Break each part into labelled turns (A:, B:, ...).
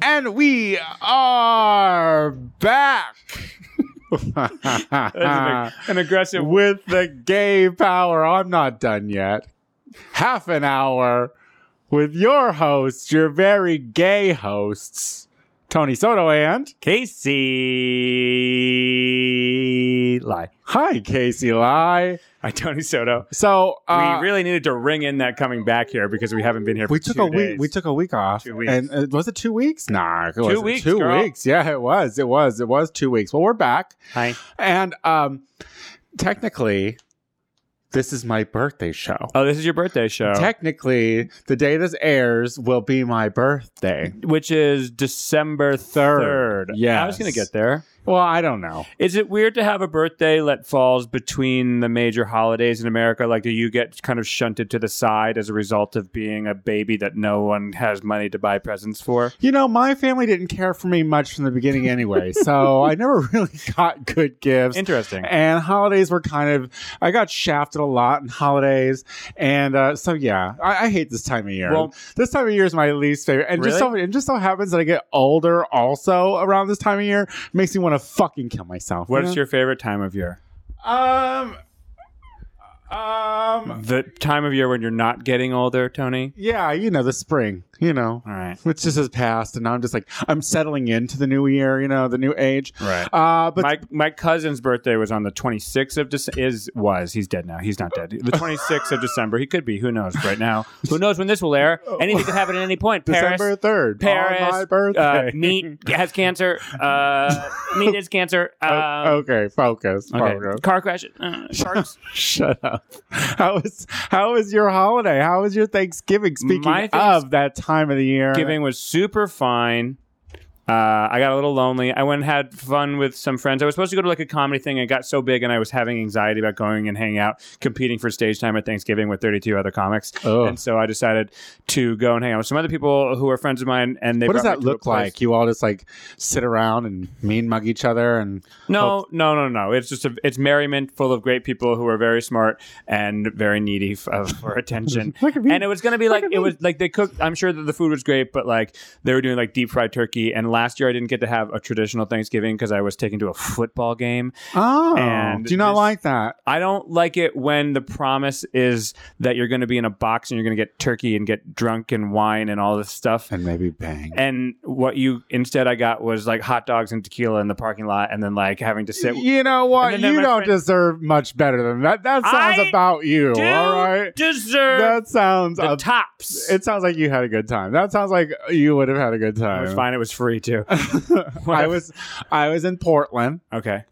A: And we are back.
B: That's an, an aggressive.
A: With the gay power. I'm not done yet. Half an hour with your hosts, your very gay hosts, Tony Soto and
B: Casey lie.
A: Hi, Casey Lai.
B: Hi, Tony Soto.
A: So uh,
B: we really needed to ring in that coming back here because we haven't been here. For
A: we took
B: two
A: a
B: days.
A: week. We took a week off.
B: Two weeks.
A: And uh, was it two weeks? Nah, it two
B: weeks,
A: Two
B: girl.
A: weeks. Yeah, it was. It was. It was two weeks. Well, we're back,
B: Hi.
A: and um, technically, this is my birthday show.
B: Oh, this is your birthday show,
A: Technically, the day this airs will be my birthday.
B: which is December
A: Third.
B: third.
A: Yes.
B: I was gonna get there.
A: Well, I don't know.
B: Is it weird to have a birthday that falls between the major holidays in America? Like, do you get kind of shunted to the side as a result of being a baby that no one has money to buy presents for?
A: You know, my family didn't care for me much from the beginning anyway, so I never really got good gifts.
B: Interesting.
A: And holidays were kind of, I got shafted a lot in holidays. And uh, so, yeah, I, I hate this time of year.
B: Well-
A: this time of year is my least favorite. And just so
B: Really?
A: it just so happens that I get older also around this time of year. Makes me want to fucking kill myself.
B: What's your favorite time of year?
A: your. Um. Um.
B: The time of year when you're not getting older, Tony?
A: Yeah, you know, the spring, you know.
B: All right.
A: Which just has passed, and now I'm just like I'm settling into the new year, you know, the new age.
B: Right.
A: Uh, but
B: my my cousin's birthday was on the 26th of December. Is was he's dead now? He's not dead. The 26th of December. He could be. Who knows? Right now, who knows when this will air? Anything could happen at any point. Paris,
A: December third,
B: Paris,
A: on my birthday.
B: Uh, meat has cancer. Uh, meat is cancer. Um,
A: okay, focus,
B: okay.
A: focus.
B: Car crash. Uh, sharks.
A: Shut up. How was how was your holiday? How was your Thanksgiving? Speaking
B: My
A: of that time of the year,
B: Giving was super fine. Uh, I got a little lonely. I went and had fun with some friends. I was supposed to go to like a comedy thing. and It got so big, and I was having anxiety about going and hanging out, competing for stage time at Thanksgiving with 32 other comics.
A: Oh.
B: And so I decided to go and hang out with some other people who are friends of mine. And they
A: what does
B: brought
A: that
B: me to a
A: look
B: place-
A: like? You all just like sit around and mean mug each other, and
B: No, no, no, no. It's just a, it's merriment full of great people who are very smart and very needy f- of, for attention.
A: Look at me.
B: and it was going to be like it was like they cooked. I'm sure that the food was great, but like they were doing like deep fried turkey. And last year I didn't get to have a traditional Thanksgiving because I was taken to a football game.
A: oh,
B: And
A: do you not
B: this-
A: like that?
B: I don't like it when the promise is that you're going to be in a box and you're going to get turkey and get drunk and wine and all this stuff.
A: And maybe bang.
B: And what you instead I got was like hot dogs and tequila in the parking lot, and then like having to sit.
A: you know what?
B: And then
A: You
B: my
A: don't
B: friend-
A: deserve much better than that. That sounds
B: I
A: about you.
B: do
A: All right.
B: deserve
A: That sounds.
B: the
A: ab-
B: tops.
A: it sounds like you had a good time. That sounds like you would have had a good
B: it was
A: time.
B: fine. It was free too.
A: I was I was in Portland.
B: okay.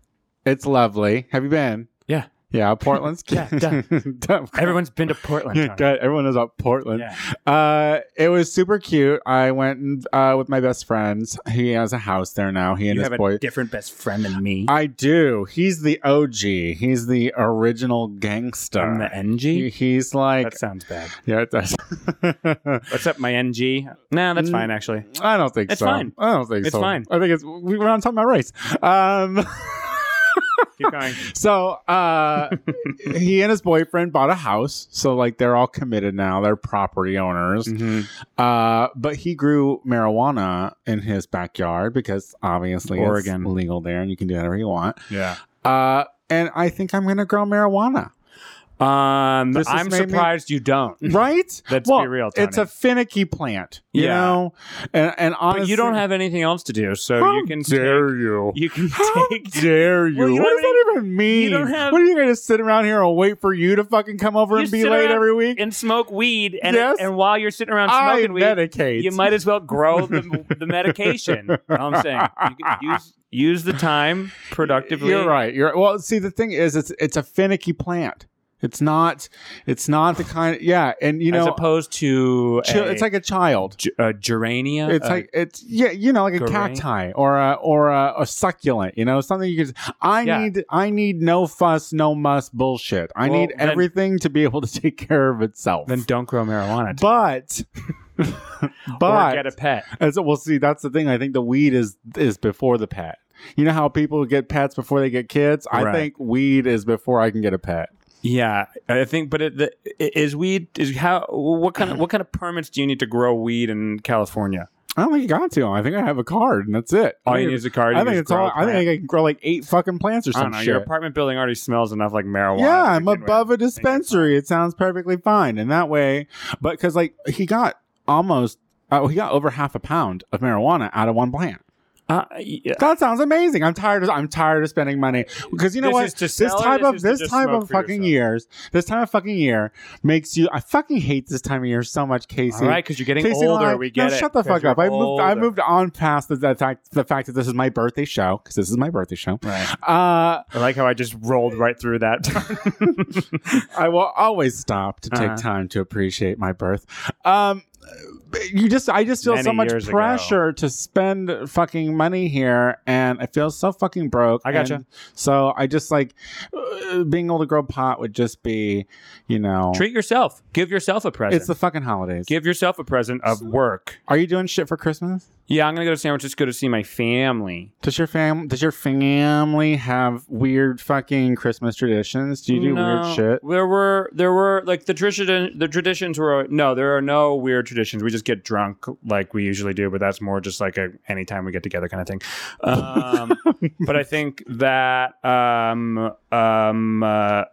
A: It's lovely. Have you been?
B: Yeah.
A: Yeah, Portland's cute.
B: Yeah, duh.
A: Duh.
B: Everyone's been to Portland.
A: Yeah,
B: Tony.
A: God, everyone knows about Portland.
B: Yeah.
A: Uh, it was super cute. I went and, uh, with my best friend. He has a house there now. He and
B: You
A: his
B: have a
A: boy.
B: different best friend than me.
A: I do. He's the OG. He's the original gangster.
B: I'm the
A: He-
B: NG.
A: He's like,
B: That sounds bad.
A: yeah, it does.
B: What's up, my NG? Nah, that's
A: Mm.
B: fine actually.
A: I don't think
B: It's
A: so.
B: fine.
A: I don't think
B: It's
A: so.
B: fine.
A: I think it's we were on talking about race. Um,
B: Keep going.
A: So uh he and his boyfriend bought a house. So like they're all committed now. They're property owners.
B: Mhm.
A: Uh but he grew marijuana in his backyard because obviously it's
B: Oregon.
A: legal there and you can do whatever you want.
B: Yeah.
A: Uh and I think I'm gonna grow marijuana.
B: Um,
A: This has
B: I'm
A: made me-
B: surprised you don't.
A: Right?
B: Let's be real, Tony.
A: It's a finicky plant. You
B: Yeah.
A: know? And and honestly
B: But you don't have anything else to do, so
A: How
B: you can
A: dare
B: take,
A: you.
B: you can
A: How
B: take.
A: dare you?
B: Well, you
A: what
B: don't
A: does that even mean?
B: you don't have-
A: what are you going to sit around here and wait for you to fucking come over
B: You
A: and be
B: sit
A: late
B: around
A: every week?
B: and smoke weed, and
A: Yes.
B: and while you're sitting around
A: I
B: smoking weed,
A: medicate.
B: you might as well grow the, the medication. Know what I'm saying you could use use the time productively.
A: You're right. You're well. See, the thing is, it's it's a finicky plant. It's not. It's not the kind. yeah, and you
B: as
A: know,
B: opposed to
A: chi-
B: a,
A: it's like a child.
B: ge- a uh, geranium.
A: It's
B: a-
A: like it's yeah, you know, like a
B: Great.
A: cacti or a or a, a succulent. You know, something you could. I
B: Yeah.
A: need I need no fuss, no muss bullshit. I
B: Well,
A: need
B: then-
A: everything to be able to take care of itself.
B: then don't grow marijuana.
A: but
B: or
A: but
B: get a pet.
A: And so, well, see, that's the thing. I think the weed is is before the pet. You know how people get pets before they get kids. I
B: Right.
A: think weed is before I can get a pet.
B: Yeah, I think. But it, the, i- is weed is how what kind of what kind of permits do you need to grow weed in California?
A: I don't think I got to them. I think I have a card, and that's it.
B: All you
A: I
B: need is a card.
A: I
B: you
A: think
B: just
A: it's
B: grow
A: all.
B: a
A: I
B: plant.
A: think I can grow like eight fucking plants or
B: I don't
A: some
B: know.
A: shit.
B: Your apartment building already smells enough like marijuana.
A: Yeah,
B: to
A: I'm
B: begin
A: above
B: with.
A: a dispensary. It sounds perfectly fine. And that way, but because like he got almost, uh, he got over half a pound of marijuana out of one plant.
B: Uh, yeah.
A: That sounds amazing. I'm tired of I'm tired of spending money because you know
B: This
A: what?
B: is to
A: this
B: sell or
A: type
B: this
A: of
B: is to
A: this
B: just
A: type
B: smoke
A: of
B: for
A: fucking
B: yourself?
A: years, this time of fucking year makes you. I fucking hate this time of year so much, Casey.
B: All right, because you're getting
A: Casey
B: older.
A: Lyne-
B: we get
A: no,
B: it.
A: Shut the
B: 'cause
A: fuck up.
B: you're
A: I moved. I
B: older.
A: moved on past the, the fact the fact that this is my birthday show because this is my birthday show.
B: Right.
A: Uh,
B: I like how I just rolled right through that.
A: I will always stop to take
B: Uh-huh.
A: time to appreciate my birth. Um, you just, I just feel so
B: Many
A: much
B: years ago.
A: pressure to spend fucking money here, and I feel so fucking broke.
B: I gotcha.
A: And So I just like uh, being able to grow pot would just be, you know,
B: Treat yourself. Give yourself a present.
A: it's the fucking holidays.
B: Give yourself a present of work.
A: Are you doing shit for Christmas?
B: Yeah, I'm gonna go to San Francisco to see my family.
A: Does your fam? Does your family have weird fucking Christmas traditions? Do you do
B: No,
A: weird shit?
B: There were there were like the tradition the traditions were no, there are no weird traditions. We just get drunk like we usually do, but that's more just like a anytime we get together kind of thing. Um, but I think that um um uh,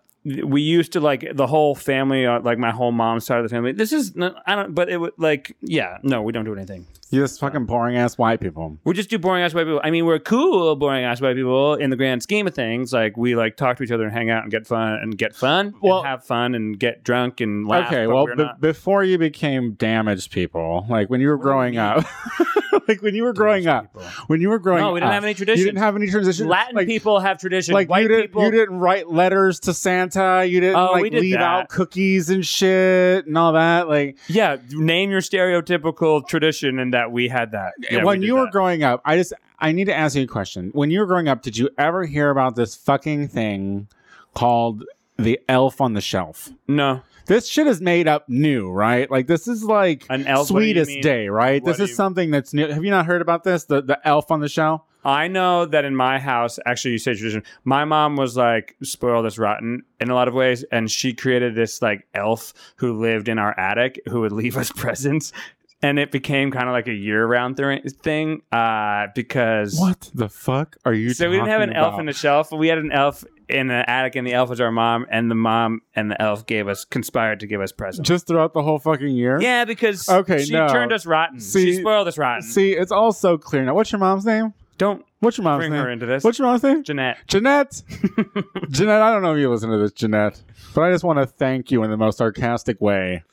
B: we used to like the whole family, uh, like my whole mom's side of the family. This is no, I don't, but it would like yeah, no, we don't do anything.
A: You just fucking boring ass white people.
B: We just do boring ass white people. I mean, we're cool boring ass white people in the grand scheme of things. Like we like talk to each other and hang out and get fun and get fun
A: Well-
B: and have fun and get drunk and laugh.
A: okay,
B: but
A: well,
B: we're
A: b-
B: not-
A: before you became damaged people, like when you were
B: do you
A: growing
B: mean?
A: up, like when you were growing up,
B: people.
A: when you were growing up,
B: No, we didn't have any
A: you
B: traditions.
A: didn't have any transition.
B: Latin
A: like,
B: people have traditions.
A: like
B: white
A: you didn't,
B: people.
A: you didn't write letters to Santa. You didn't
B: Oh, we
A: like
B: did
A: leave
B: that.
A: out cookies and shit and all that. Like
B: yeah, name your stereotypical tradition, and that we had that. Yeah, we
A: when
B: did
A: you were
B: that.
A: growing up, I just I need to ask you a question. When you were growing up, did you ever hear about this fucking thing called the Elf on the Shelf?
B: no,
A: this shit is made up new, right? Like this is like
B: An elf, what do you
A: sweetest
B: mean?
A: day, right?
B: What
A: this
B: do
A: is
B: you-
A: something that's new. Have you not heard about this? The the elf on the show.
B: I know that in my house, actually, you say tradition. My mom was like spoiled as rotten in a lot of ways, and she created this like elf who lived in our attic who would leave us presents, and it became kind of like a year-round thir- thing uh, because
A: What the fuck are you?
B: so we didn't have an
A: talking
B: elf
A: about?
B: in the shelf. We had an elf in an attic, and the elf was our mom, and the mom and the elf gave us conspired to give us presents.
A: just throughout the whole fucking year.
B: Yeah, because
A: Okay,
B: she
A: no.
B: turned us rotten.
A: See-
B: she spoiled us rotten.
A: See, it's all so clear now. What's your mom's name?
B: Don't
A: What's your mom's
B: bring
A: name?
B: her into this.
A: What's your mom's name?
B: Jeanette.
A: Jeanette. Jeanette, I don't know if you listen to this, Jeanette, but I just want to thank you in the most sarcastic way.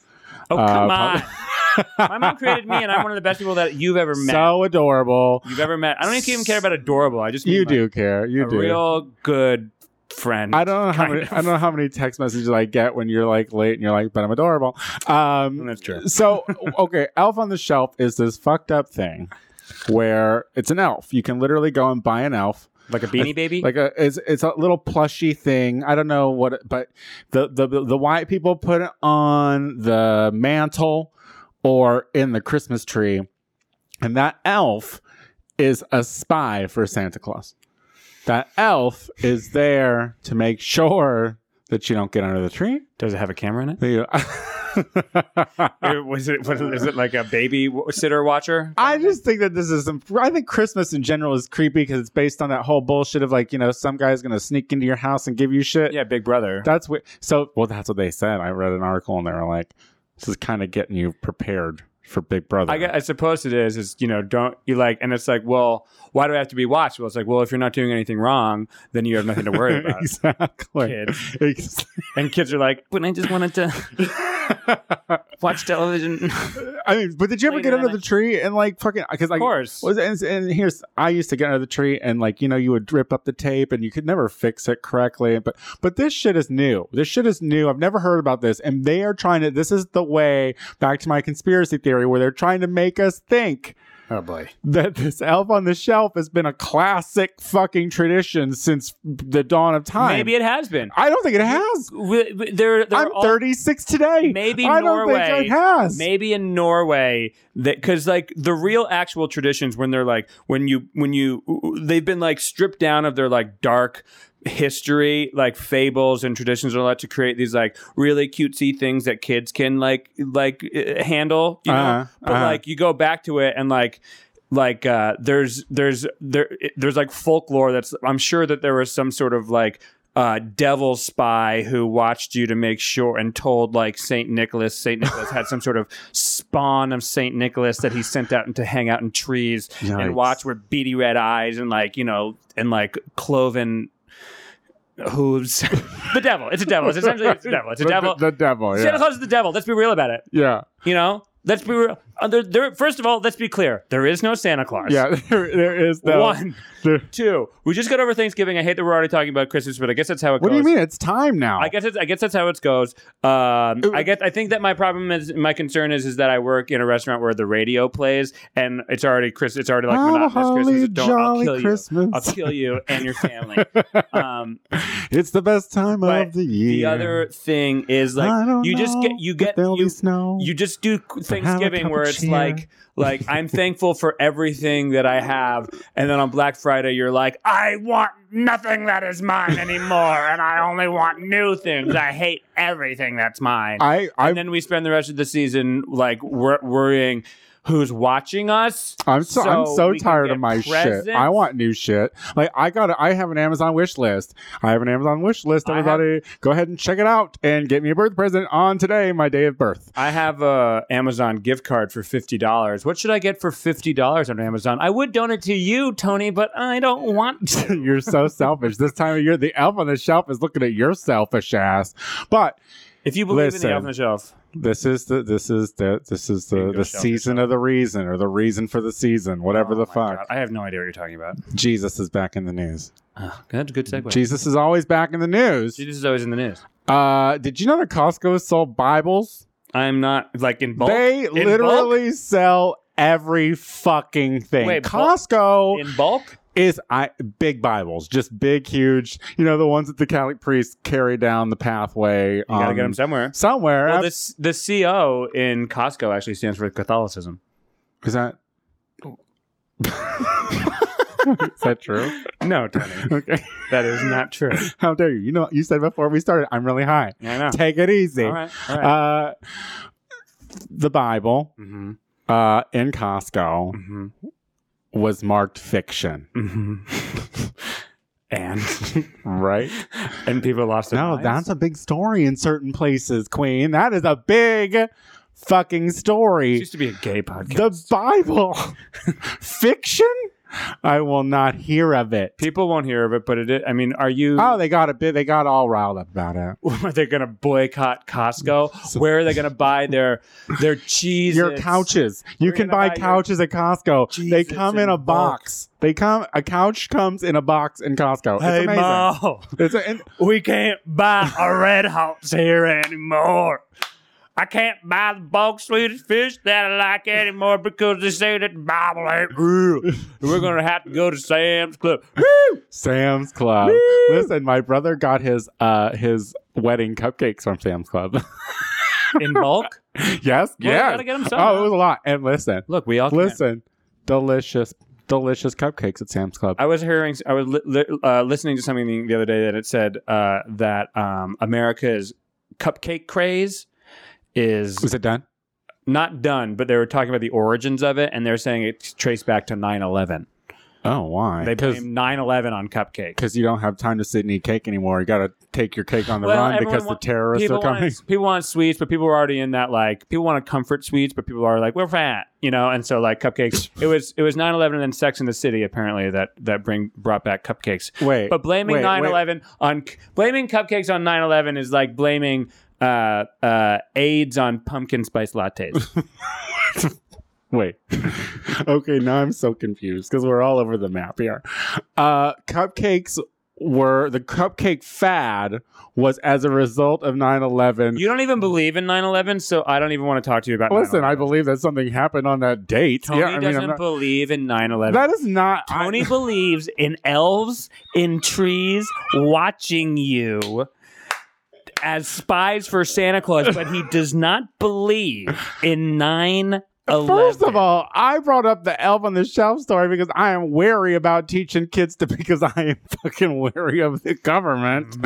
B: Oh
A: Uh,
B: come
A: pub-
B: on! My mom created me, and I'm one of the best people that you've ever met.
A: So adorable.
B: you've ever met. I don't even care about adorable. I just mean,
A: You
B: like,
A: do care. You
B: a
A: do.
B: real good friend.
A: I don't know how
B: kind
A: many
B: of.
A: I don't know how many text messages I get when you're like late and you're like, but I'm adorable. Um,
B: That's true.
A: so okay, Elf on the Shelf is this fucked up thing where it's an elf. You can literally go and buy an elf.
B: Like a beanie baby.
A: Like a it's it's a little plushy thing. I don't know what it- but the the the white people put it on the mantle or in the Christmas tree. And that elf is a spy for Santa Claus. That elf is there to make sure that you don't get under the tree.
B: Does it have a camera in it?
A: That you-
B: Or was it? Was it, is it like a baby w- sitter watcher?
A: I just think that this is. I think Christmas in general is creepy because it's based on that whole bullshit of like, you know, some guy's gonna sneak into your house and give you shit.
B: Yeah, Big Brother.
A: That's what. So, well, that's what they said. I read an article and they were like, "This is kind of getting you prepared for Big Brother."
B: I, gue- I suppose it is. Is you know, don't you like? And it's like, well, why do I have to be watched? Well, it's like, well, if you're not doing anything wrong, then you have nothing to worry about.
A: exactly.
B: Kids.
A: Ex-
B: and kids are like, but I just wanted to watch television.
A: I mean, but did you ever
B: Later
A: get under
B: that
A: the tree and like fucking? Because
B: of
A: like,
B: course.
A: was and, and here's I used to get under the tree and like you know you would rip up the tape and you could never fix it correctly. But but this shit is new. This shit is new. I've never heard about this, and they are trying to. This is the way back to my conspiracy theory where they're trying to make us think
B: Oh boy.
A: that this elf on the shelf has been a classic fucking tradition since the dawn of time.
B: Maybe it has been.
A: I don't think it has.
B: W- w- There, there
A: I'm
B: are all-
A: 36 today.
B: Maybe
A: I don't
B: Norway.
A: think it has.
B: Maybe in Norway, that because like the real actual traditions when they're like when you when you they've been like stripped down of their like dark history, like fables and traditions, are allowed to create these like really cutesy things that kids can like like uh, handle. You know,
A: Uh-huh,
B: but
A: uh-huh.
B: like you go back to it and like like uh there's there's there there's like folklore that's i'm sure that there was some sort of like uh devil spy who watched you to make sure and told like saint nicholas saint nicholas had some sort of spawn of saint nicholas that he sent out to hang out in trees
A: Yikes.
B: and watch with beady red eyes and like you know and like cloven hooves the devil it's a devil it's essentially it's a devil it's a
A: The-
B: devil
A: The, the devil.
B: santa
A: Yeah.
B: claus is the devil let's be real about it
A: Yeah.
B: you know, let's be real. Uh, there, there, first of all, let's be clear. There is no Santa Claus.
A: Yeah. There, there is no.
B: One,
A: there-
B: two. We just got over Thanksgiving. I hate that we're already talking about Christmas, but I guess that's how it
A: what do
B: goes.
A: you mean? It's time now.
B: I guess it's, I guess that's how it goes. Um,
A: Ooh.
B: I guess I think that my problem is my concern is is that I work in a restaurant where the radio plays and it's already Chris. It's already like
A: Have a
B: monotonous
A: holly
B: Christmas. Don't, I'll
A: jolly
B: kill you. I'll
A: Christmas.
B: kill you and your family. um,
A: It's the best time
B: But
A: of the year.
B: the other thing is
A: I
B: like
A: don't
B: you just
A: know
B: get you
A: if
B: get
A: there'll
B: you
A: be snow.
B: you just do
A: have a
B: Thanksgiving
A: cup
B: where
A: of
B: it's
A: cheer.
B: like like I'm thankful for everything that I have and then on Black Friday you're like I want nothing that is mine anymore and I only want new things. I hate everything that's mine.
A: I
B: and
A: I
B: then we spend the rest of the season like wor- worrying who's watching us.
A: I'm so, I'm
B: so
A: so
B: we can
A: tired
B: get
A: of my
B: presents.
A: shit. I want new shit. Like I got I have an Amazon wish list. I have an Amazon wish list.
B: I have-
A: Everybody, go ahead and check it out and get me a birth present on today, my day of birth.
B: I have a Amazon gift card for fifty dollars. What should I get for fifty dollars on Amazon? I would donate to you, Tony, but I don't want to.
A: You're so selfish. This time of year, the elf on the shelf is looking at your selfish ass. But
B: If you believe in
A: Listen.
B: the elf on the shelf,
A: this is the this is the this is
B: You
A: the
B: can go
A: the
B: shove
A: season of the reason or the reason for the season, whatever
B: Oh
A: the
B: my
A: fuck.
B: God, I have no idea what you're talking about.
A: Jesus is back in the news.
B: that's a good segue.
A: Jesus is always back in the news.
B: Jesus is always in the news.
A: Uh, did you know that Costco sold Bibles?
B: I'm not like in bulk.
A: They
B: In
A: literally sell every fucking thing.
B: Wait, bu-
A: Costco
B: in bulk.
A: is I big Bibles, just big, huge. You know the ones that the Catholic priests carry down the pathway.
B: You gotta
A: um,
B: get them somewhere.
A: somewhere.
B: Well, this the CO in Costco actually stands for Catholicism.
A: is that? is that true?
B: No, Tony,
A: Okay.
B: that is not true.
A: How dare you? You know you said before we started. I'm really high.
B: I know.
A: Take it easy.
B: All right, all right.
A: Uh, the Bible
B: mm-hmm,
A: uh, in Costco
B: mm-hmm,
A: was marked fiction,
B: mm-hmm. and
A: right?
B: and people lost their
A: No,
B: minds?
A: that's a big story in certain places, Queen. That is a big fucking
B: This
A: story.
B: used to be a gay podcast.
A: The Bible fiction? I will not hear of it.
B: people won't hear of it, but it. I mean, are you?
A: Oh, they got a bit. They got all riled up about it.
B: Are they going to boycott Costco? Where are they going to buy their their cheese?
A: Your couches. You
B: We're
A: can
B: gonna
A: buy
B: buy your-
A: couches at Costco. they
B: Jesus,
A: come in
B: in
A: a
B: bulk.
A: box. They come. A couch comes in a box in Costco. It's
B: Hey,
A: amazing.
B: Mo,
A: It's a, and
B: we can't buy a Red Hawks here anymore. I can't buy the bulk Swedish fish that I like anymore because they say that the Bible ain't real. We're going to have to go to Sam's Club.
A: Sam's Club.
B: Woo!
A: Listen, my brother got his uh his wedding cupcakes from Sam's Club.
B: In bulk?
A: yes,
B: Well, you
A: yes.
B: gotta get 'em somehow.
A: Oh, it was a lot. And listen,
B: Look, we all can.
A: listen, delicious, delicious cupcakes at Sam's Club.
B: I was hearing, I was li- li- uh, listening to something the other day that it said uh, that um, America's cupcake craze is
A: Is it done?
B: not done, but they were talking about the origins of it, and they're saying it's traced back to 9 11.
A: Oh, why?
B: They
A: Because
B: blame 9 11 on cupcakes.
A: because you don't have time to sit and eat cake anymore. You got to take your cake on the
B: Well,
A: run
B: everyone
A: because
B: wa-
A: the terrorists
B: People
A: are coming.
B: want, people want sweets, but people were already in that like people want to comfort sweets, but people are like we're fat, you know. And so like cupcakes, it was it was 9/11 and then Sex in the City apparently that that bring brought back cupcakes.
A: Wait,
B: But blaming
A: wait,
B: 9/11 on blaming cupcakes on 9/11 is like blaming uh, uh, AIDS on pumpkin spice lattes.
A: Wait. okay, now I'm so confused because we're all over the map here. Uh, cupcakes were the cupcake fad was as a result of 9 11.
B: you don't even believe in 9/11, so I don't even want to talk to you about.
A: Listen,
B: 9/11.
A: I believe that something happened on that date.
B: Tony
A: yeah, I mean,
B: doesn't
A: I'm not,
B: believe in 9/11.
A: that is not. I-
B: Tony believes in elves in trees watching you as spies for Santa Claus, but he does not believe in 9
A: First of all, I brought up the elf on the shelf story because I am wary about teaching kids to because I am fucking wary of the government.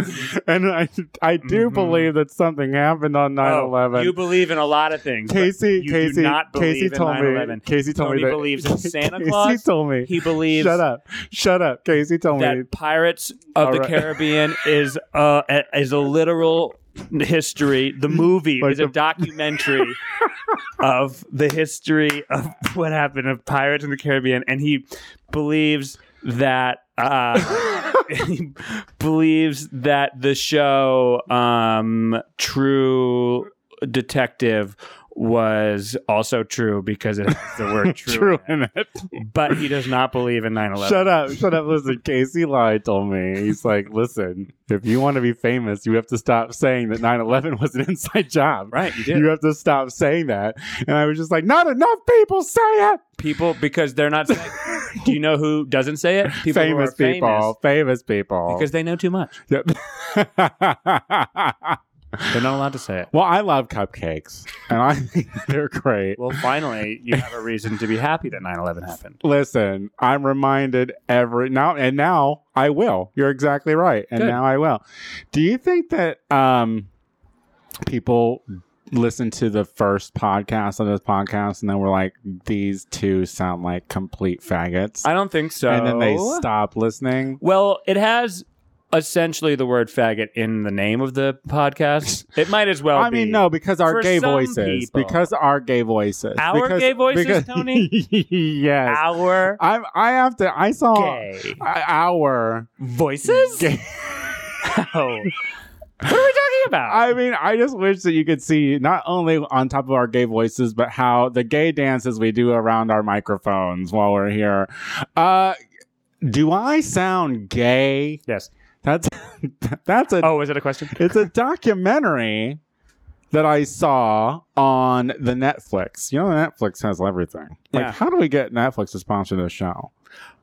A: and I I do
B: Mhm.
A: believe that something happened on 9
B: Mm-hmm. Oh,
A: 11.
B: you believe in a lot of things. but
A: Casey,
B: you
A: Casey,
B: do not believe
A: Casey
B: in
A: told me.
B: 9/11.
A: Casey told
B: Tony
A: me that
B: believes in Santa
A: Casey
B: Claus.
A: told me.
B: He believes
A: Shut up! Shut up! Casey told me
B: that Pirates of
A: All
B: the
A: right.
B: Caribbean is uh, a, is a literal history. The movie
A: Like
B: is a
A: the-
B: documentary of the history of what happened of Pirates in the Caribbean, and he believes that. Uh, he believes that the show um, True Detective was also true because it has the word true,
A: true
B: in
A: in it.
B: it. But he does not believe in 9-11.
A: Shut up! Shut up! Listen, Casey lied. Told me he's like, listen, if you want to be famous, you have to stop saying that 9-11 was an inside job.
B: Right, you did.
A: You have to stop saying that. And I was just like, not enough people say it.
B: people because they're not. Saying, do you know who doesn't say it? People who
A: famous
B: are famous
A: people. Famous people.
B: because they know too much.
A: Yep.
B: They're not allowed to say it.
A: well, I love cupcakes, and I think they're great.
B: Well, finally, you have a reason to be happy that 9/11 happened.
A: Listen, I'm reminded every now and now I will. You're exactly right. And
B: Good.
A: now I will. Do you think that um people listen to the first podcast of this podcast and then we're like, these two sound like complete faggots?
B: I don't think so.
A: and then they stop listening.
B: Well, it has essentially the word "faggot" in the name of the podcast. It might as well.
A: I
B: be.
A: mean, no, because our
B: For
A: gay
B: some
A: voices.
B: people.
A: Because our gay voices.
B: Our
A: Because-
B: gay voices,
A: because-
B: Tony?
A: yes.
B: Our
A: I'm, I have to. I saw
B: gay
A: uh, our
B: voices.
A: gay.
B: Oh. what are we talking about?
A: I mean, I just wish that you could see not only on top of our gay voices, but how the gay dances we do around our microphones while we're here. Uh, do I sound gay?
B: yes.
A: That's that's a
B: Oh, is it a question?
A: it's a documentary that I saw on the Netflix. You know, Netflix has everything. Like,
B: Yeah.
A: how do we get Netflix to sponsor this show?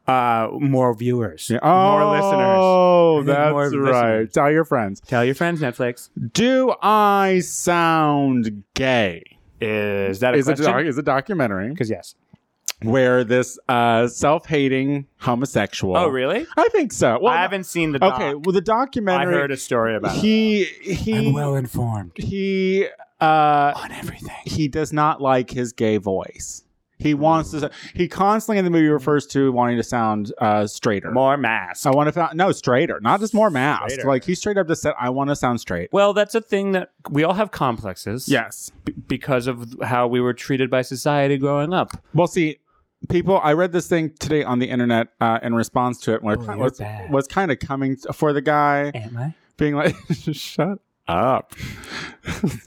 B: Uh, more viewers.
A: Yeah.
B: More listeners.
A: Oh,
B: need
A: that's
B: more
A: right.
B: listeners.
A: Tell your friends.
B: Tell your friends, Netflix.
A: Do I sound gay?
B: Is that a
A: is a
B: question?
A: doc- is a documentary
B: Because yes.
A: where this uh, self-hating homosexual.
B: oh, really?
A: I think so. Well,
B: I haven't seen the. Doc.
A: okay. Well, the
B: I
A: documentary.
B: heard a story about it.
A: he he
B: informed
A: he uh,
B: on everything.
A: he does not like his gay voice. He wants to. He constantly in the movie refers to wanting to sound uh, straighter.
B: More mass.
A: I want to sound no straighter, not just more masked.
B: Straighter.
A: Like he straight up just said, "I want to sound straight."
B: Well, that's a thing that we all have complexes.
A: Yes.
B: b- because of how we were treated by society growing up.
A: Well, see, people, I read this thing today on the internet uh, in response to it. Where
B: Boy,
A: it
B: Oh, you're
A: was,
B: bad.
A: was kind of coming for the guy,
B: Am I?
A: being like, shut up.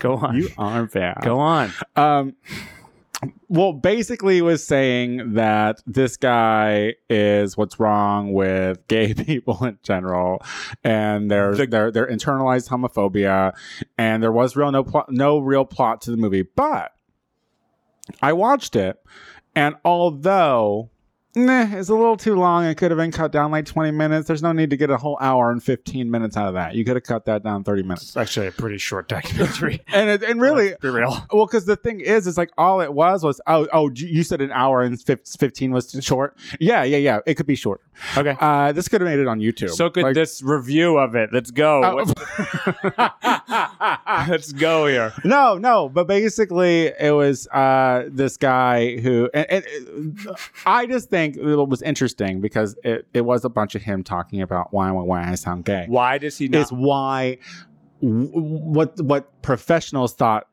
B: Go on.
A: You are bad.
B: Go on.
A: Um, well, basically, it was saying that this guy is what's wrong with gay people in general, and their
B: The-
A: their their internalized homophobia, and there was real no plot, no real plot to the movie. But I watched it, and although. Nah, it's a little too long. It could have been cut down like 20 minutes. There's no need to get a whole hour and 15 minutes out of that. You could have cut that down 30 minutes.
B: It's actually a pretty short documentary.
A: And it, and really,
B: Let's be real.
A: well, because the thing is, it's like all it was was oh oh you you said an hour and fif- fifteen was too short. Yeah, yeah, yeah. It could be shorter.
B: Okay.
A: Uh, this could have made it on YouTube.
B: So could
A: Like-
B: this review of it. Let's go.
A: Oh.
B: What's- Let's go here.
A: no, no. But basically, it was uh, this guy who, and, and I just think it was interesting because it, it was a bunch of him talking about why why why I sound gay.
B: Why does he not?
A: Is why w- what what professionals thought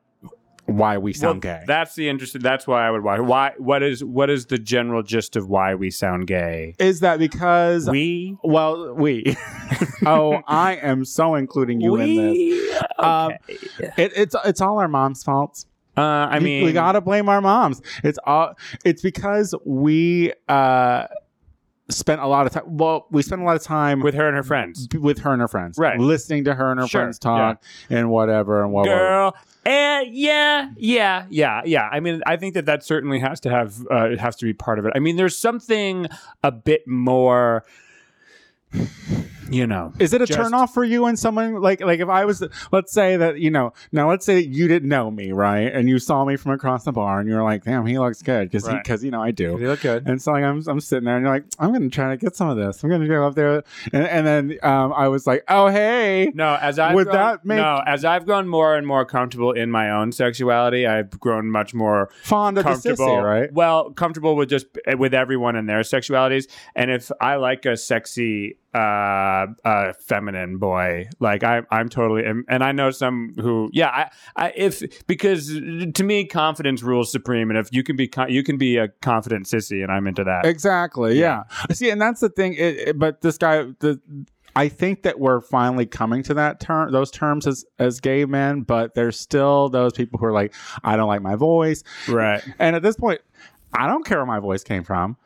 A: why we
B: Well,
A: sound gay.
B: That's the interesting. That's why I would watch. Why? What is? What is the general gist of why we sound gay?
A: Is that because
B: We.
A: Well, we. oh, I am so including you in this. Um, It, it's it's all our mom's fault.
B: uh, I
A: We-
B: mean,
A: we gotta blame our moms. It's all it's because we uh spent a lot of time. Well, we spent a lot of time
B: with her and her friends.
A: with her and her friends,
B: Right.
A: Listening to her and her
B: Sure,
A: friends talk and whatever and what.
B: Girl. Eh, yeah, yeah, yeah, yeah. I mean, I think that that certainly has to have uh, it has to be part of it. I mean, there's something a bit more you know.
A: Is it a
B: Just-
A: turn off for you when someone like like if I was let's say that you know now let's say you didn't know me right and you saw me from across the bar and you were like damn he looks good because
B: Right.
A: because you know I do
B: They look good.
A: and so like I'm I'm sitting there and you're like I'm gonna try to get some of this I'm gonna go up there and, and then um, I was like oh hey
B: No, as I've
A: Would
B: grown,
A: that make-
B: no, as I've grown more and more comfortable in my own sexuality, I've grown much more
A: fond of the
B: comfortable,
A: sissy right
B: Well, comfortable with just eh, with everyone and their sexualities. And if I like a sexy, uh, uh feminine boy, like I, I'm totally. And, and I know some who, yeah, I, I, if because to me, confidence rules supreme. And if you can be, con- you can be a confident sissy, and I'm into that.
A: Exactly. Yeah. See, and that's the thing. It, it- but this guy, the I think that we're finally coming to that term, those terms as as gay men. But there's still those people who are like, I don't like my voice,
B: right.
A: and at this point, I don't care where my voice came from.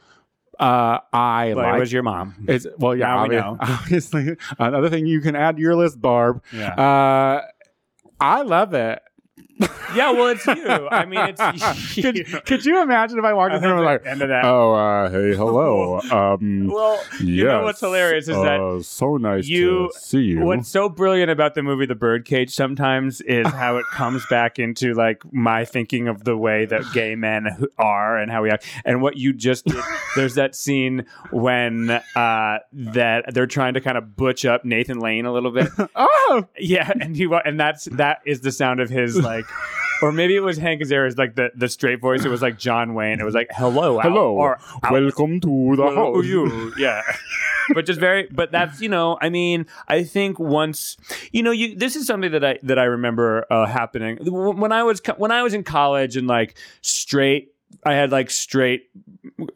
A: Uh, I
B: Like,
A: like.
B: was your mom?
A: it's, well, yeah,
B: Now we
A: obvi-
B: know.
A: obviously. Another thing you can add to your list, Barb.
B: Yeah.
A: Uh, I love it.
B: yeah. Well, it's you. I mean, it's you.
A: Could, could you imagine if I walked in there and was like,
B: end of that.
A: oh, uh, hey, hello. Um,
B: well, you know
A: Yes.
B: what's hilarious is that
A: Uh, so nice
B: you-
A: to see you.
B: What's so brilliant about the movie The Birdcage sometimes is how it comes back into like my thinking of the way that gay men who- are and how we act. And what you just did, there's that scene when uh, that they're trying to kind of butch up Nathan Lane a little bit.
A: oh,
B: yeah, and he wa- and that's that is the sound of his like. Or maybe it was Hank Azaria's like the, the straight voice. It was like John Wayne. It was like hello, Al,"
A: Hello.
B: or "Al-
A: welcome to the
B: well, oh,
A: house.
B: you, yeah. but just very, but that's you know, I mean, I think once you know, you this is something that I that I remember uh, happening W- when I was co- when I was in college and like straight. I had like straight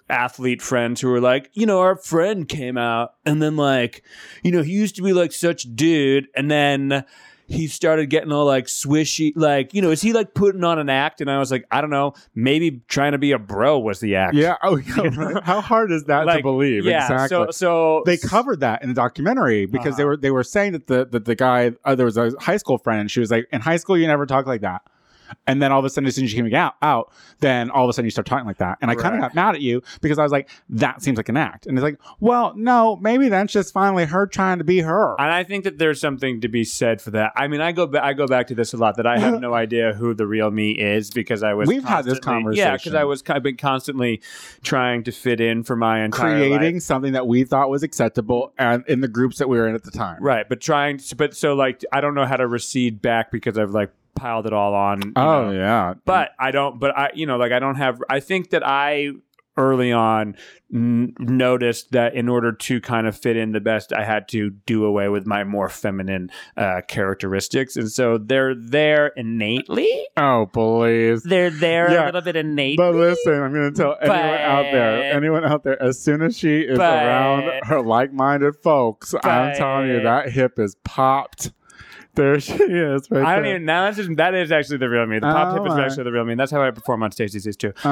B: athlete friends who were like, you know, our friend came out and then like, you know, he used to be like such dude and then he started getting all like swishy like, you know, is he like putting on an act? And I was like, I don't know, maybe trying to be a bro was the act.
A: Yeah. Oh, yeah. right. How hard is that to
B: Like,
A: believe?
B: Yeah.
A: exactly.
B: So so
A: they covered that in the documentary because they
B: Uh-huh.
A: were they were saying that the that the guy uh, there was a high school friend and she was like in high school you never talk like that and then all of a sudden as soon as you came out, out then all of a sudden you start talking like that and I kind of
B: Right.
A: got mad at you because I was like that seems like an act and it's like well no maybe that's just finally her trying to be her
B: And I think that there's something to be said for that. I mean, I go ba- I go back to this a lot that I have no idea who the real me is because I was
A: We've had this
B: constantly- Yeah, because
A: conversation.
B: I was I've been constantly trying to fit in for my entire life.
A: creating something that we thought was acceptable and in the groups that we were in at the time
B: Right, but trying to, but so like I don't know how to recede back because I've like piled it all on. you
A: Oh
B: know.
A: yeah,
B: But I don't but I you know like I don't have I think that I early on n- noticed that in order to kind of fit in the best I had to do away with my more feminine uh characteristics and so they're there innately
A: oh please.
B: they're there
A: Yeah.
B: a little bit innately
A: But listen, I'm going to tell anyone out there,
B: But-
A: anyone out there, as soon as she is
B: But-
A: around her like-minded folks, I'm telling you
B: But-
A: that hip is popped. There she is. Right
B: I don't
A: there.
B: even now that's just that is actually the real me the pop
A: Oh,
B: tip is
A: I-
B: actually the real me that's how I perform on stage these days too
A: Uh,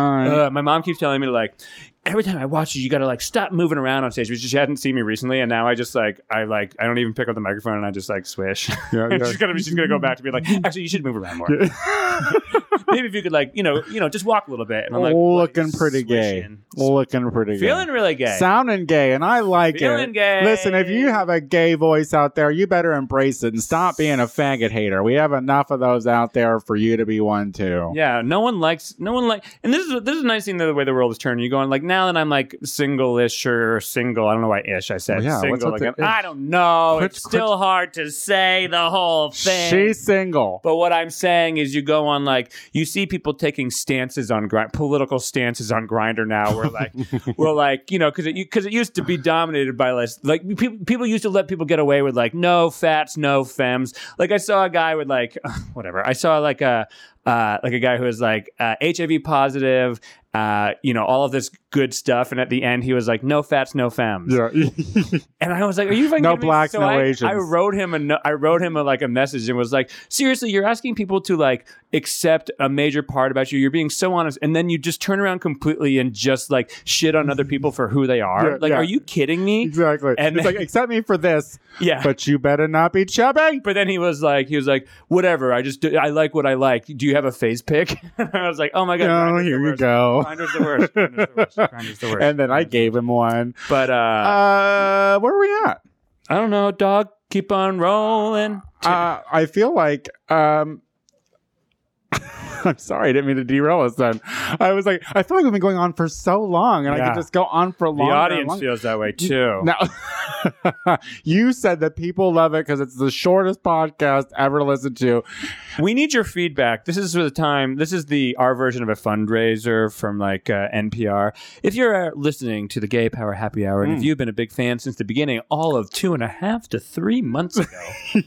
B: Uh, my mom keeps telling me to like every time I watch you, you gotta like stop moving around on stage, which she hadn't seen me recently, and now I just like I like I don't even pick up the microphone and I just like swish.
A: yeah, yeah.
B: she's gonna be she's gonna go back to be like, actually you should move around more.
A: Yeah.
B: Maybe if you could like, you know, you know, just walk a little bit. And I'm like
A: looking pretty gay.
B: swishing.
A: Looking pretty
B: Feeling
A: gay.
B: really gay.
A: Sounding gay, and I like
B: Feeling
A: it.
B: gay.
A: Listen, if you have a gay voice out there, you better embrace it and stop being a faggot hater. We have enough of those out there for you to be one too.
B: Yeah, no one likes no one like, and this is this is a nice thing the way the world is turning. You going like now that I'm like single-ish or single. I don't know why ish I said
A: Well, yeah, what's
B: single.
A: with the
B: Again.
A: ish?
B: I don't know.
A: Quit-
B: it's
A: quit-
B: still hard to say the whole thing.
A: She's single.
B: But what I'm saying is, you go on like you see people taking stances on grind, political stances on Grinder now. Where like we're like you know because it because it used to be dominated by like like people people used to let people get away with like no fats, no femmes. Like I saw a guy with like whatever. I saw like a uh, like a guy who was like uh, HIV positive. Uh, you know all of this good stuff, and at the end he was like, "No fats, no femmes."
A: Yeah.
B: And I was like, "Are you fucking
A: No
B: kidding me?"
A: blacks,
B: So
A: no
B: I,
A: Asians.
B: I wrote him a no- I wrote him a, like a message and was like, "Seriously, you're asking people to like accept a major part about you. You're being so honest, and then you just turn around completely and just like shit on other people for who they are.
A: Yeah,
B: like,
A: yeah.
B: are you kidding me?
A: Exactly. And
B: And
A: it's
B: then-
A: like, accept me for this,
B: Yeah."
A: but you better not be chubby.
B: but then he was like, he was like, whatever. I just, I like what I like. Do you have a phase pick? I was like, oh my god,
A: Oh,
B: Grinder's the
A: here you
B: worst.
A: go.
B: Grinder's the worst. Grinder's the worst. Grinder's the worst.
A: And then I gave him one.
B: but uh,
A: Uh, where are we at?
B: I don't know, dog. Keep on rolling.
A: Uh, I feel like um, I'm sorry, I didn't mean to derail us. Then I was like, I feel like we've been going on for so long, and I
B: Yeah.
A: could just go on for
B: The
A: longer. and
B: audience
A: longer.
B: feels that way too.
A: Now, you said that people love it because it's the shortest podcast ever listened to.
B: We need your feedback. This is the time. This is the our version of a fundraiser from like uh, NPR. If you're uh, listening to the Gay Power Happy Hour, and if
A: Mm.
B: you've been a big fan since the beginning, all of two and a half to three months ago,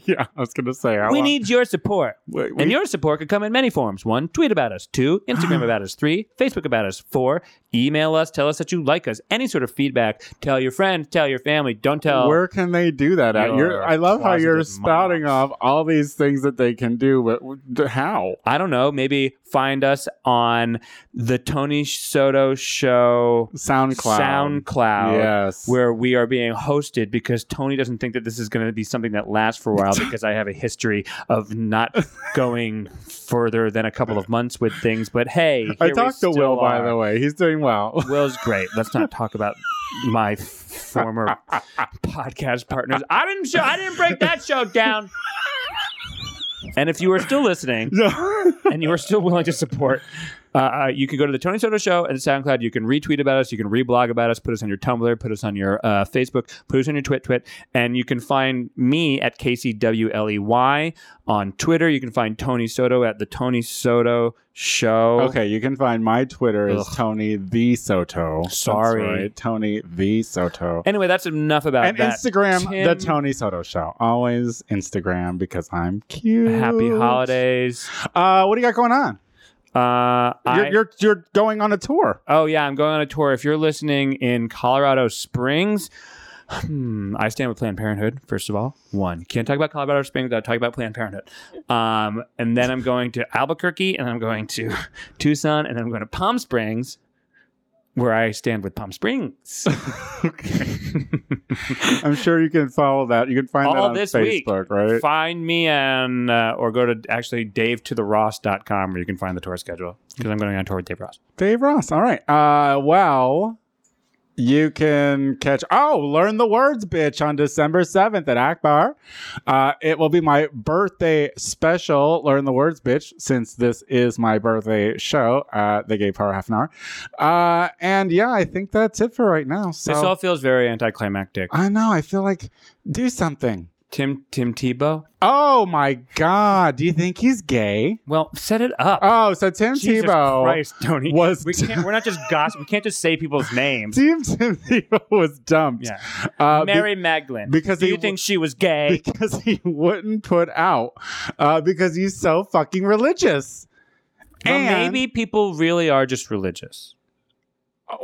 A: yeah, I was gonna say, I
B: we
A: want-
B: need your support.
A: we- we-
B: And your support could come in many forms. One, tweet about us. Two, Instagram about us. Three, Facebook about us. Four, email us. Tell us that you like us. Any sort of feedback. Tell your friends. Tell your family. Don't tell.
A: Where can they do that? At?
B: Your
A: You're, I love how you're
B: closeted
A: spouting
B: moms.
A: off all these things that they can do, but d- how?
B: I don't know. Maybe find us on the Tony Soto Show
A: SoundCloud.
B: SoundCloud,
A: Yes.
B: where we are being hosted because Tony doesn't think that this is going to be something that lasts for a while because I have a history of not going further than a couple of months with things. But hey,
A: I
B: here we
A: talked to
B: still
A: Will, by
B: are.
A: the way. He's doing well.
B: Will's great. Let's not talk about my former podcast partners. I didn't show. I didn't break that show down. And if you are still listening, and you are still willing to support, uh, uh, you can go to the Tony Soto Show and SoundCloud. You can retweet about us. You can reblog about us. Put us on your Tumblr. Put us on your uh, Facebook. Put us on your Twit Twit. And you can find me at KCWLEY E on Twitter. You can find Tony Soto at the Tony Soto Show.
A: okay, you can find my Twitter is
B: Ugh.
A: Tony the Soto. That's
B: Sorry.
A: right, Tony the Soto.
B: Anyway, that's enough about
A: And
B: that.
A: Instagram,
B: Tim-
A: the Tony Soto Show. Always Instagram because I'm cute.
B: Happy holidays.
A: Uh, what do you got going on?
B: Uh, I-
A: You're, you're you're going on a tour.
B: Oh yeah, I'm going on a tour. If you're listening in Colorado Springs, hmm, I stand with Planned Parenthood. First of all, one can't talk about Colorado Springs without talking about Planned Parenthood. Um, and then I'm going to Albuquerque, and I'm going to Tucson, and then I'm going to Palm Springs, where I stand with Palm Springs.
A: I'm sure you can follow that. You can find that
B: All
A: on
B: this week.
A: Facebook, right?
B: Find me and uh, or go to actually davetotheross.com where you can find the tour schedule because I'm going on tour with Dave Ross.
A: Dave Ross. All right. Uh, well, you can catch oh, learn the words, bitch, on December seventh at Akbar. Uh, it will be my birthday special, learn the words, bitch, since this is my birthday show at the Gay Power Half an Hour. Uh, and yeah, I think that's it for right now. So
B: This all feels very anticlimactic.
A: I know. I feel like do something.
B: Tim Tim Tebow.
A: Oh my God! Do you think he's gay?
B: Well, set it up.
A: Oh, so Tim
B: Jesus
A: Tebow.
B: Christ, Tony.
A: was-
B: we can't, we're not just gossip. We can't just say people's names.
A: Tim, Tim Tebow was dumped.
B: Yeah.
A: Uh, be-
B: Mary Magdalene.
A: because
B: do
A: he
B: you
A: w-
B: think she was gay?
A: because he wouldn't put out uh, because he's so fucking religious.
B: Well,
A: and-
B: maybe people really are just religious.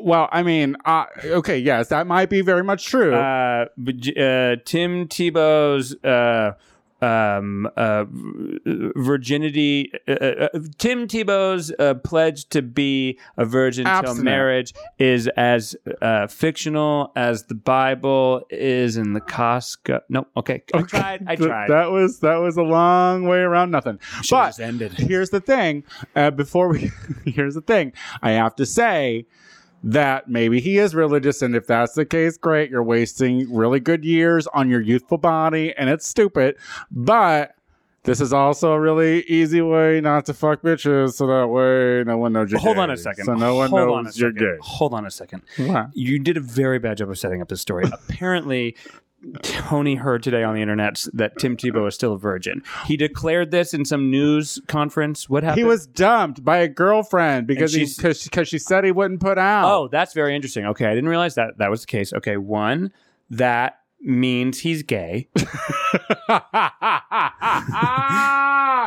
A: Well, I mean, uh, okay, yes, that might be very much true.
B: Uh, but, uh, Tim Tebow's uh, um, uh, virginity. Uh, uh, Tim Tebow's uh, pledge to be a virgin till
A: Abstinent.
B: marriage is as uh, fictional as the Bible is in the Costco. No, okay, I tried. I
A: Th-
B: tried.
A: that was that was a long way around nothing.
B: Should've
A: But
B: just ended.
A: here's the thing. Uh, before we, here's the thing. I have to say that maybe he is religious, and if that's the case, great. You're wasting really good years on your youthful body, and it's stupid. But this is also a really easy way not to fuck bitches, so that way no one knows you're
B: Hold
A: gay.
B: on a second.
A: So no one
B: Hold on a
A: knows you're
B: second.
A: gay.
B: Hold on a second.
A: What?
B: You did a very bad job of setting up this story. Apparently, Tony heard today on the internet that Tim Tebow is still a virgin. He declared this in some news conference. What happened?
A: He was dumped by a girlfriend because he
B: she's-
A: because she, 'cause she said he wouldn't put out.
B: Oh, that's very interesting. Okay, I didn't realize that that was the case. Okay, one that means he's gay.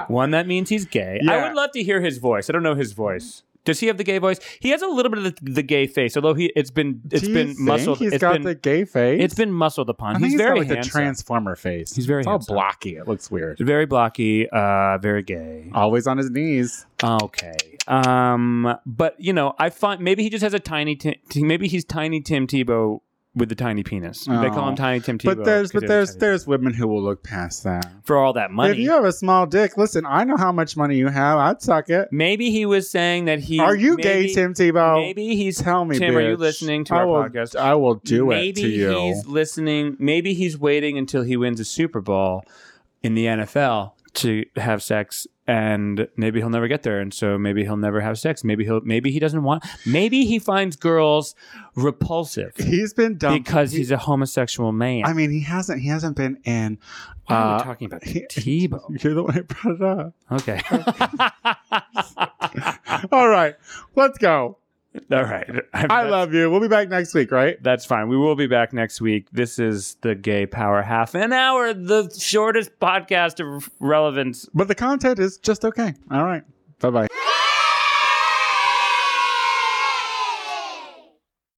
B: One that means he's gay. I
A: Yeah.
B: would love to hear his voice. I don't know his voice. Does he have the gay voice? He has a little bit of the, the gay face, although he it's been it's
A: Do you
B: been
A: think
B: muscled.
A: He's
B: it's
A: got
B: been
A: the gay face.
B: it's been muscled upon.
A: I think
B: he's,
A: got,
B: very
A: like the
B: handsome.
A: transformer face.
B: He's very
A: it's all
B: handsome.
A: blocky. It looks weird.
B: Very blocky, uh, very gay.
A: Always on his knees.
B: Okay. Um, but you know, I find maybe he just has a tiny, Tim, maybe he's tiny Tim Tebow with the tiny penis. They call him
A: Oh.
B: Tiny Tim Tebow.
A: But there's
B: 'cause
A: but
B: he
A: there's
B: has a tiny-
A: there's women who will look past that.
B: for all that
A: If
B: money.
A: you have a small dick, listen, I know how much money you have. I'd suck it.
B: Maybe he was saying that he.
A: Are you gay,
B: maybe-
A: Tim Tebow?
B: Maybe he's
A: Tell me,
B: Tim, are you
A: bitch.
B: listening to
A: I
B: our
A: will,
B: podcast?
A: I will do it
B: maybe
A: to you.
B: he's listening. Maybe he's waiting until he wins a Super Bowl in the NFL to have sex, and maybe he'll never get there. And so maybe he'll never have sex. Maybe he'll. Maybe he doesn't want. Maybe he finds girls repulsive
A: he's been dumped
B: because
A: He-
B: he's a homosexual man.
A: I mean, he hasn't. He hasn't been in.
B: Why are we
A: uh,
B: talking about
A: he-
B: Tebow?
A: You're the one who brought it up.
B: Okay.
A: All right, let's go.
B: All right.
A: I love you. We'll be back next week, right?
B: That's fine. We will be back next week. This is the Gay Power Half an Hour, the shortest podcast of relevance
A: But the content is just okay. All right. Bye bye.